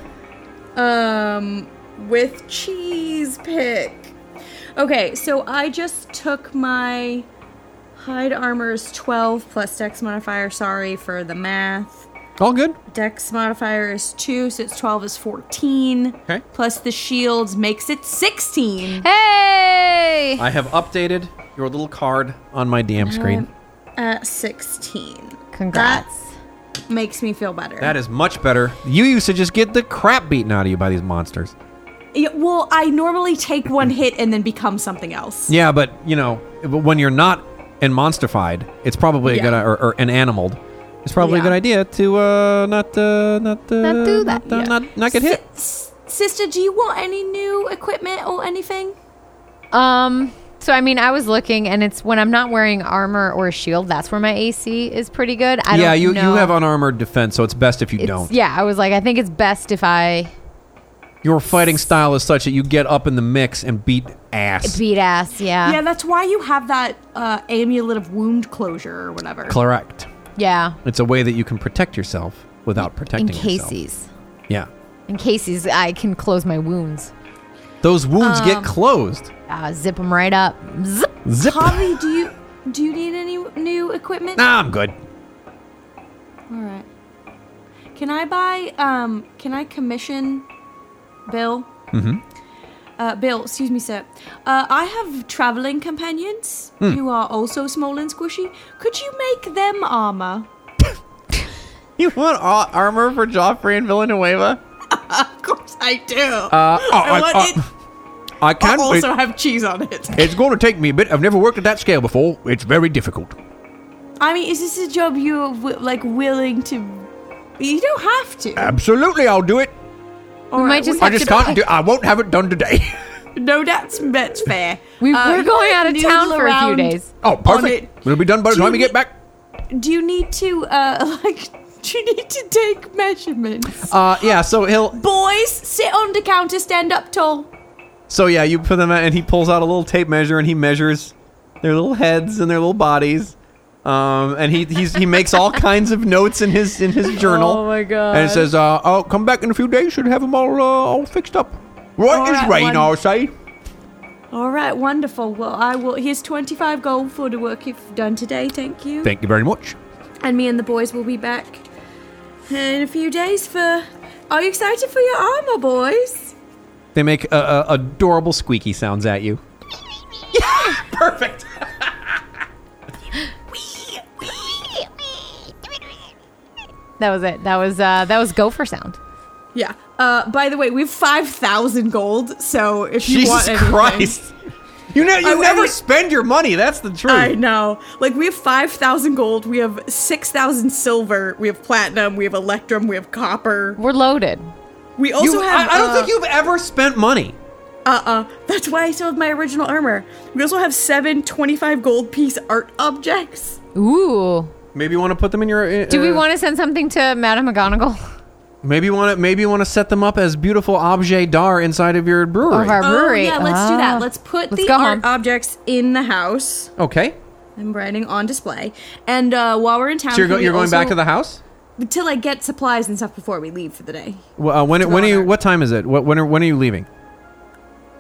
S10: um, with cheese pick.
S4: Okay, so I just took my hide armor's 12 plus dex modifier. Sorry for the math.
S3: All good.
S4: Dex modifier is 2, so it's 12 is 14.
S3: Okay.
S4: Plus the shields makes it 16.
S6: Hey!
S3: I have updated your little card on my DM screen.
S4: At 16.
S6: Congrats.
S4: Makes me feel better.
S3: That is much better. You used to just get the crap beaten out of you by these monsters.
S4: Yeah, well, I normally take one hit and then become something else.
S3: Yeah, but you know, but when you're not in monstified, it's probably
S4: Yeah.
S3: a good or, or an animaled. It's probably a
S4: Yeah.
S3: good idea to uh, not uh, not uh,
S6: Not do that,
S3: not,
S6: yeah.
S3: not, not get hit.
S4: S- sister, do you want any new equipment or anything?
S6: Um. So I mean, I was looking, and it's when I'm not wearing armor or a shield. That's where my AC is pretty good. I
S3: yeah,
S6: don't
S3: you
S6: know.
S3: you have unarmored defense, so it's best if you
S6: It's-
S3: don't.
S6: Yeah, I was like, I think it's best if I
S3: Your fighting style is such that you get up in the mix and beat ass.
S6: beat ass. Yeah.
S4: Yeah, that's why you have that uh, amulet of wound closure or whatever.
S3: Correct.
S6: Yeah.
S3: It's a way that you can protect yourself without
S6: In
S3: protecting yourself.
S6: cases.
S3: Yeah,
S6: In cases, I can close my wounds.
S3: those wounds get
S6: Um,
S3: closed.
S6: Uh, zip them right up. Zip.
S3: Zip.
S4: Holly, do you do you need any new equipment?
S3: Nah, I'm good.
S4: All right. Can I buy? Um, can I commission Bill? Mm-hmm. Uh, Bill, excuse me, sir. Uh, I have traveling companions
S3: Hmm.
S4: who are also small and squishy. Could you make them armor?
S2: You want all uh, armor for Joffrey and Villanueva?
S4: Of course, I do.
S3: Uh, oh, I,
S4: want
S3: uh,
S4: it-
S3: I can't.
S4: have cheese on it.
S2: It's going to take me a bit. I've never worked at that scale before. It's very difficult.
S4: I mean, is this a job you're wi- like willing to? You don't have to.
S2: Absolutely, I'll do it.
S4: All
S6: we
S4: right,
S6: might just
S2: I
S6: have
S2: just
S6: to.
S2: can't do. I won't have it done today.
S4: No, that's that's fair.
S6: We,
S4: Uh,
S6: we're
S4: you
S6: going out of
S4: noodle
S6: town for a few
S4: around.
S6: days.
S2: Oh, perfect.
S4: it.
S2: It'll be done by the
S4: Do
S2: time we
S4: you
S2: get back.
S4: Do you need to uh like? Do you need to take measurements?
S3: Uh, yeah. So he'll.
S4: Boys, sit on the counter, stand up tall.
S3: So yeah, you put them out, and he pulls out a little tape measure, and he measures their little heads and their little bodies. Um, and he he's, he makes all kinds of notes in his in his journal.
S6: Oh my God.
S3: And it says, uh, "I'll come back in a few days. Should have them all uh, all fixed up."
S2: Right
S4: All
S2: is
S4: right,
S2: rain,
S4: one-
S2: I'll say.
S4: All right, wonderful. Well, I will. Here's 25 gold for the work you've done today. Thank you.
S2: Thank you very much.
S4: and me and the boys will be back in a few days for. Are you excited for your armor, boys?
S3: They make uh, uh, adorable squeaky sounds at you.
S6: That was it. That was uh, that was gopher sound.
S4: Yeah. Uh, by the way, we have 5,000 gold, so if you want
S3: Jesus
S4: anything-
S3: Christ! You know you
S4: I- I
S3: never
S4: mean-
S3: spend your money. That's the truth.
S4: I know. Like we have five thousand gold, we have six thousand silver, we have platinum, we have electrum, we have copper.
S6: We're loaded.
S4: We also
S3: You-
S4: have.
S3: I, I don't
S4: uh,
S3: think you've ever spent money.
S4: Uh uh That's why I still have my original armor. We also have seven 25 gold piece art objects.
S6: Ooh.
S3: Maybe you want to put them in your. uh,
S6: Do we
S3: uh,
S6: want to send something to Madame McGonagall
S3: Maybe you want to maybe you want to set them up as beautiful objet d'art inside of your brewery.
S6: of our brewery?
S4: Oh, yeah, let's do
S6: Ah.
S4: that. Let's put
S6: Let's
S4: the
S6: go
S4: art
S6: home.
S4: objects in the house.
S3: okay,
S4: I'm writing on display. And uh, while we're in town,
S3: so you're, go,
S4: can we
S3: you're going back to
S4: also-
S3: the house.
S4: to like get supplies and stuff before we leave for the day.
S3: Well, uh, when when are you?
S4: honor.
S3: What time is it? What when are when are you leaving?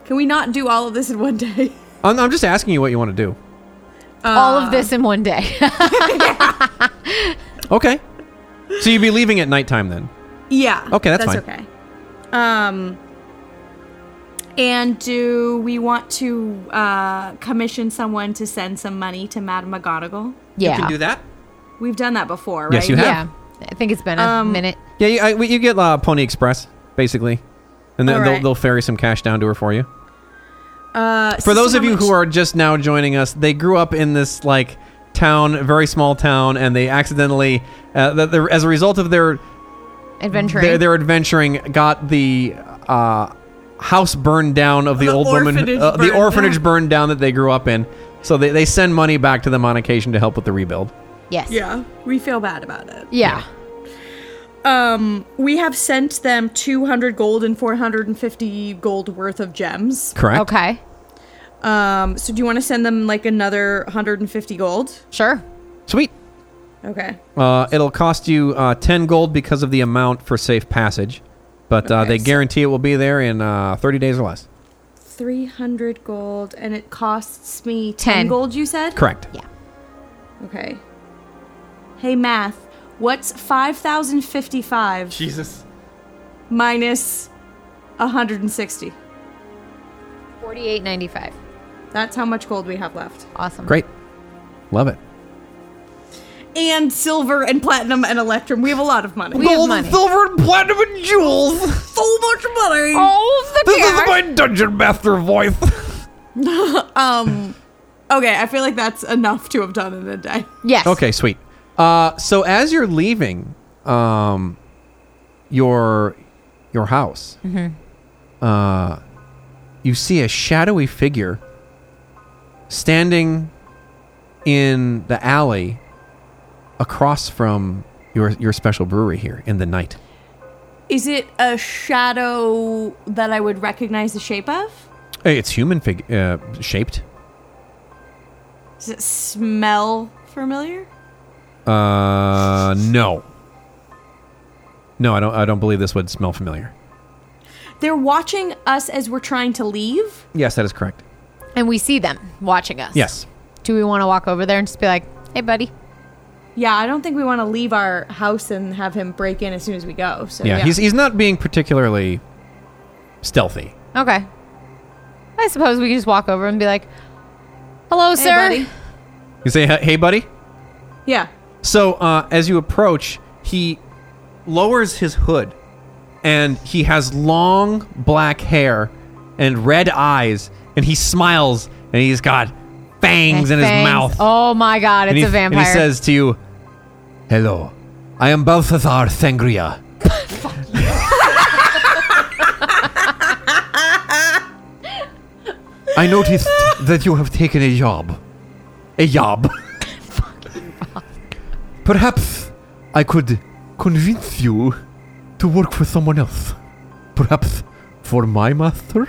S4: Can we not do all of this in one day?
S3: Oh, I'm, I'm just asking you what you want to do.
S6: Ah. all of this in one day.
S3: Okay, so you'd be leaving at nighttime then.
S4: Yeah.
S3: Okay, that's fine.
S4: okay. Um, and do we want to uh, commission someone to send some money to Madame McGonagall?
S6: yeah.
S3: You can do that.
S4: We've done that before, right?
S3: Yes, you have.
S6: Yeah. I think it's been a
S4: Um,
S6: minute.
S3: Yeah, you, I, we- you get uh, Pony Express basically, and then
S4: All
S3: they'll,
S4: right.
S3: they'll ferry some cash down to her for you.
S4: Uh,
S3: For those of you who are just now joining us, they grew up in this like town, very small town, and they accidentally, uh, that they're- as a result of their
S6: Adventuring.
S3: They're, they're adventuring. Got the uh, house burned down of the,
S4: The
S3: old woman,
S4: orphanage
S3: uh, the
S4: burned
S3: orphanage
S4: down.
S3: burned down that they grew up in. So they, they send money back to them on occasion to help with the rebuild.
S6: yes.
S4: yeah, we feel bad about it.
S6: Yeah.
S10: um, we have sent them 200 gold and 450 gold worth of gems.
S3: Correct.
S6: Okay.
S10: Um, so do you want to send them like another 150 gold?
S6: Sure.
S3: Sweet.
S10: Okay.
S3: Uh, it'll cost you uh, 10 gold because of the amount for safe passage, but uh,
S10: Okay,
S3: they
S10: so-
S3: guarantee it will be there in uh, 30 days or less.
S10: 300 gold and it costs me 10,
S6: Ten.
S10: gold, you said?
S3: Correct.
S10: Okay.
S4: Hey, math. What's 5,055
S2: Jesus.
S10: Minus 160.
S6: 48.95.
S10: That's how much gold we have left.
S6: Awesome.
S3: Great. Love it.
S10: And silver and platinum and electrum. We have a lot of money.
S6: We have
S2: Gold,
S6: money.
S2: silver, and platinum, and jewels.
S10: so much money.
S6: All of the
S2: This is
S6: cash.
S2: my dungeon master voice.
S10: Um Okay, I feel like that's enough to have done in a day.
S6: Yes.
S3: Okay, sweet. Uh, so as you're leaving um, your your house, uh, you see a shadowy figure standing in the alley across from your your special brewery here in the night.
S4: is it a shadow that I would recognize the shape of?
S3: Hey, It's human fig- uh, shaped.
S4: Does it smell familiar?
S3: Uh, no. No, I don't. I don't believe this would smell familiar.
S4: They're watching us as we're trying to leave.
S3: Yes, that is correct.
S6: And we see them watching us.
S3: Yes.
S6: Do we want to walk over there and just be like, hey, buddy?
S10: Yeah, I don't think we want to leave our house and have him break in as soon as we go. So
S3: yeah, he's he's not being particularly stealthy.
S6: Okay. I suppose we can just walk over and be like, hello, sir.
S10: buddy.
S3: You say, "Hey, hey, buddy."
S10: Yeah.
S3: So uh, as you approach, he lowers his hood, and he has long black hair and red eyes, and he smiles, and he's got fangs in his
S6: Thanks.
S3: mouth.
S6: Oh my god, it's
S3: and he,
S6: a vampire.
S3: And he says to you, "Hello, I am Balthazar Sangria." I noticed that you have taken a job. A job. Perhaps I could convince you to work for someone else. Perhaps for my master?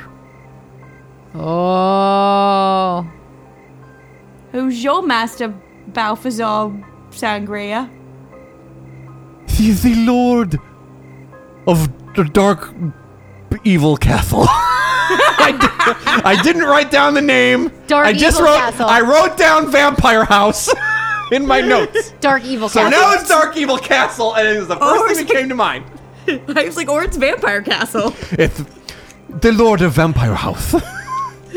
S6: oh.
S4: Who's your master, Balthazar Sangria?
S2: He is the lord of the dark evil castle. I, di- I didn't write down the name.
S6: Dark
S2: I just
S6: evil
S2: wrote.
S6: castle.
S2: I wrote down vampire house in my notes.
S6: Dark evil
S2: So
S6: cat.
S2: now it's dark evil castle, and it was the first thing that
S6: Oh,
S2: came to mind.
S10: I was like, or it's Vampire Castle.
S2: It's the lord of vampire house.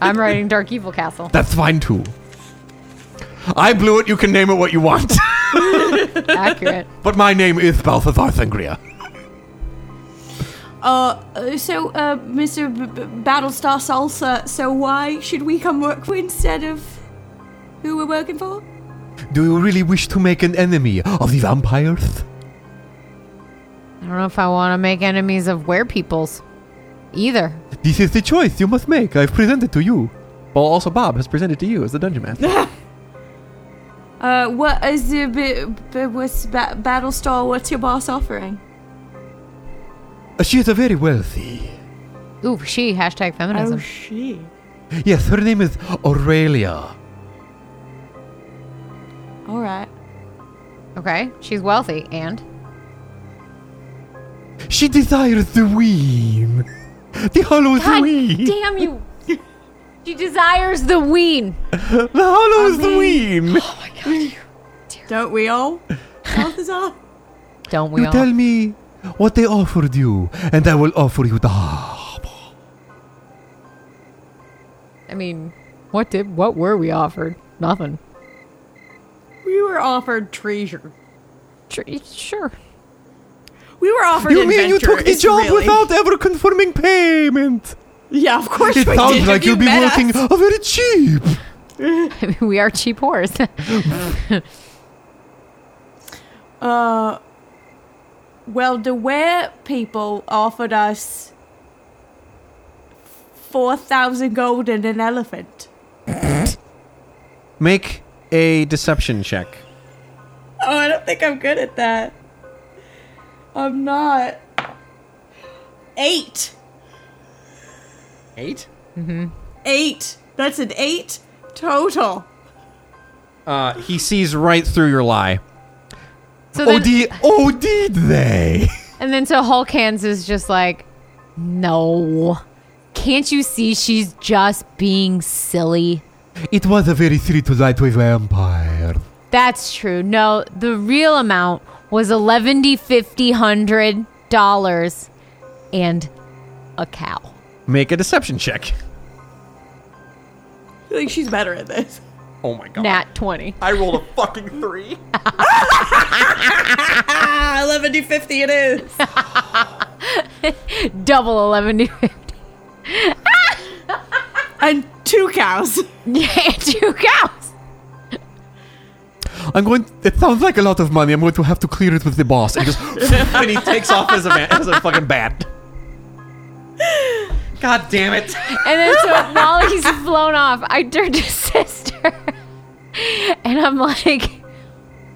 S6: I'm writing Dark Evil Castle.
S2: That's fine too. I blew it. You can name it what you want,
S6: Accurate.
S2: but my name is Balthazar Sangria.
S4: Uh, uh, so, uh, Mr. B- B- Battlestar Salsa, so why should we come work for instead of who we're working for?
S2: Do you really wish to make an enemy of the vampires?
S6: I don't know if I want to make enemies of were peoples either.
S2: This is the choice you must make. I've presented to you.
S3: Well, also Bob has presented to you as the dungeon master.
S4: Uh, what is the b- b- what's ba- Battlestar? What's your boss offering?
S2: Uh, She is a very wealthy.
S6: Ooh, she hashtag feminism.
S4: she.
S2: Yes, her name is Aurelia.
S4: All right.
S6: okay, she's wealthy and
S2: She desires the ween. The hollow
S6: God
S2: ween.
S6: damn you! She desires the ween.
S2: The hollow ween.
S10: Don't we all? Balthazar?
S6: Don't we
S2: You
S6: all?
S2: tell me what they offered you, and I will offer you the
S6: I mean, what did? What were we offered? Nothing.
S10: We were offered treasure.
S6: Tr- sure.
S10: We were offered
S2: You mean you took the
S10: adventurous,
S2: job
S10: really.
S2: without ever confirming payment?
S10: Yeah, of course
S2: It
S10: we
S2: sounds
S10: did.
S2: like
S10: If you
S2: you'll be
S10: met us-
S2: working
S3: Oh,
S2: uh, very cheap.
S6: I mean, we are cheap whores.
S4: Uh, well, the were people offered us four thousand gold and an elephant.
S3: Make a deception check.
S10: Oh, I don't think I'm good at that.
S4: I'm not. Eight.
S2: Eight.
S4: Eight. That's an eight total.
S2: Uh, he sees right through your lie.
S6: So
S3: Oh,
S6: then,
S3: did, oh, did they?
S6: and then so Hulk hands is just like, no. Can't you see she's just being silly?
S3: It was a very silly to lie to a vampire.
S6: That's true. No, the real amount was eleven d fifty hundred dollars and a cow.
S2: Make a deception check.
S4: I think she's better at this.
S2: Oh my god.
S6: Nat twenty.
S2: I rolled a fucking three.
S4: Ah, 11 to 50 it is.
S6: Double eleven d
S4: and two cows.
S6: Yeah, two cows.
S3: I'm going. It sounds like a lot of money. I'm going to have to clear it with the boss. And just
S2: and he takes off as a man, as a fucking bat. God damn it.
S6: And then so while he's flown off, I turn to sister and I'm like,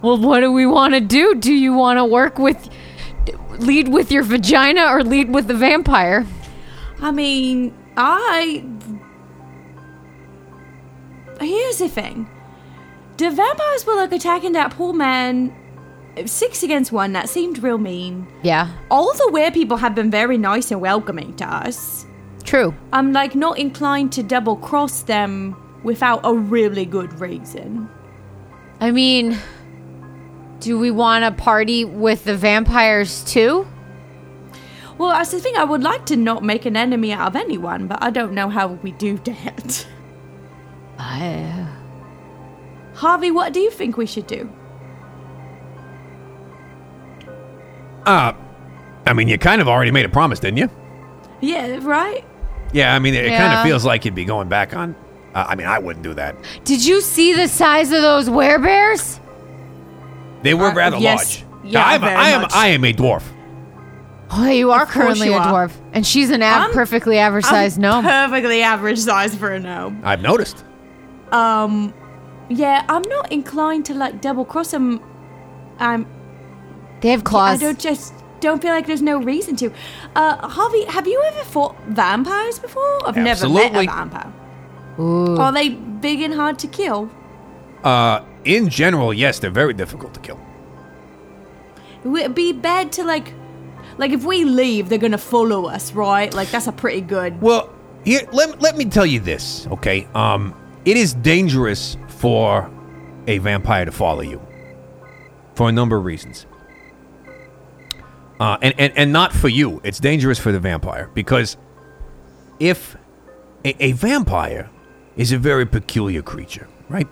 S6: Well, what do we want to do? Do you want to work with, lead with your vagina or lead with the vampire?
S4: I mean, I. Here's the thing the vampires were like attacking that poor man. Six against one, that seemed real mean.
S6: Yeah,
S4: All the weird people have been very nice and welcoming to us.
S6: true.
S4: I'm like not inclined to double cross them without a really good reason.
S6: I mean, do we want to party with the vampires too?
S4: Well, that's the thing, I would like to not make an enemy out of anyone, but I don't know how we do that.
S6: I,
S4: Harvey, what do you think we should do?
S3: uh, I mean, you kind of already made a promise, didn't you?
S4: Yeah, right?
S3: Yeah. I mean, it, kind
S6: Yeah.
S3: of feels like you'd be going back on. Uh, I mean, I wouldn't do that.
S6: did you see the size of those werebears?
S3: They were rather
S4: Uh, yes.
S3: large.
S4: Yeah,
S3: I'm a,
S4: very
S3: I am.
S4: much.
S3: I am a dwarf.
S6: Oh, you are
S4: course
S6: currently
S4: you
S6: a
S4: are.
S6: dwarf, and she's an ab-
S4: I'm-
S6: perfectly average sized gnome.
S4: Perfectly average size for a gnome.
S3: I've noticed.
S4: Um, yeah, I'm not inclined to like double cross them. Um,
S6: they have
S4: I
S6: claws.
S4: don't just don't feel like there's no reason to. Uh, Harvey, have you ever fought vampires before? I've never met
S3: Absolutely.
S4: a vampire. Are they big and hard to kill?
S3: Uh, in general, yes, they're very difficult to kill.
S4: Would it be bad to like, like if we leave, they're gonna follow us, right? Like that's a pretty good.
S3: Well, here, let, let me tell you this, okay? Um, it is dangerous for a vampire to follow you for a number of reasons. Uh, and, and, and not for you. It's dangerous for the vampire because if a, a vampire is a very peculiar creature, right?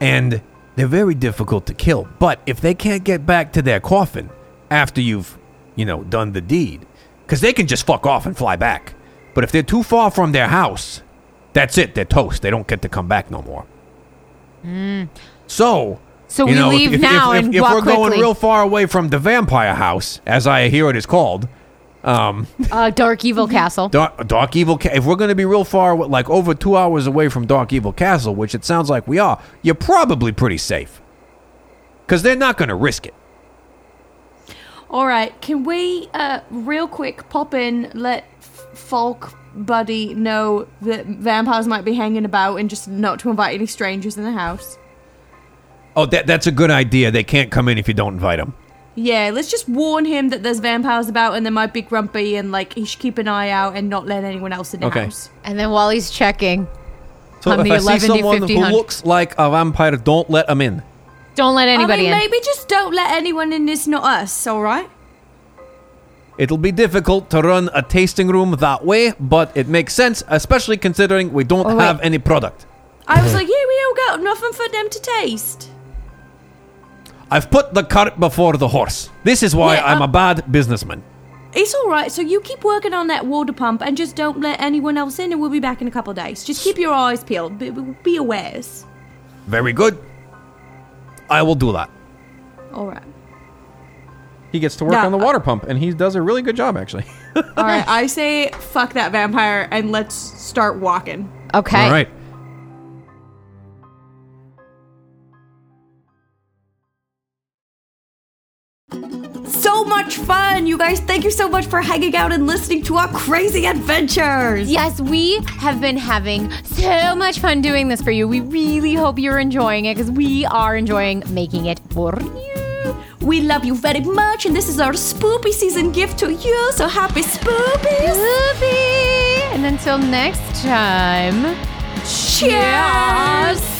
S3: And they're very difficult to kill. But if they can't get back to their coffin after you've, you know, done the deed, because they can just fuck off and fly back. But if they're too far from their house, that's it. They're toast. They don't get to come back no more. So. you
S6: So Mm. we
S3: know, if-
S6: leave
S3: if,
S6: now
S3: if, if,
S6: and
S3: if
S6: walk
S3: we're going
S6: quickly.
S3: real far away from the vampire house, as I hear it is called, um,
S6: uh, dark evil castle.
S3: Dark, Dark Evil. Ca- if we're going to be real far, wa- like over two hours away from Dark Evil Castle, which it sounds like we are, you're probably pretty safe. Because they're not going to risk it.
S4: All right, can we uh real quick pop in, let F- Falk Buddy know that vampires might be hanging about, and just not to invite any strangers in the house?
S3: Oh, that, that's a good idea. They can't come in if you don't invite them.
S4: Yeah, let's just warn him that there's vampires about, and they might be grumpy, and like he should keep an eye out and not let anyone else in the
S2: Okay.
S4: house.
S6: And then while he's checking,
S2: So
S6: On
S2: if
S6: the
S2: I see
S6: 11 to
S2: someone who
S6: 1500.
S2: looks like a vampire, don't let him in.
S6: don't let anybody
S4: I mean,
S6: in.
S4: maybe just don't let anyone in. It's not us, all right?
S2: It'll be difficult to run a tasting room that way, but it makes sense, especially considering we don't
S6: Oh, wait.
S2: have any product.
S4: I was like, yeah, we all got nothing for them to taste.
S3: I've put the cart before the horse. This is why
S4: Yeah,
S3: I'm
S4: uh-
S3: a bad businessman.
S4: It's all right. So you keep working on that water pump and just don't let anyone else in, and we'll be back in a couple of days. Just keep your eyes peeled. Be, be awares.
S3: Very good. I will do that.
S4: All right.
S2: He gets to work
S4: Nah,
S2: on the
S4: uh,
S2: water pump, and he does a really good job, actually.
S4: All right. I say fuck that vampire and let's start walking.
S6: okay.
S3: All right.
S4: So so much fun, you guys. Thank you so much for hanging out and listening to our crazy adventures.
S6: Yes, we have been having so much fun doing this for you. We really hope you're enjoying it because we are enjoying making it for you.
S4: We love you very much, and this is our spoopy season gift to you. So happy spoopies!
S6: Whoopee! And until next time,
S4: Cheers!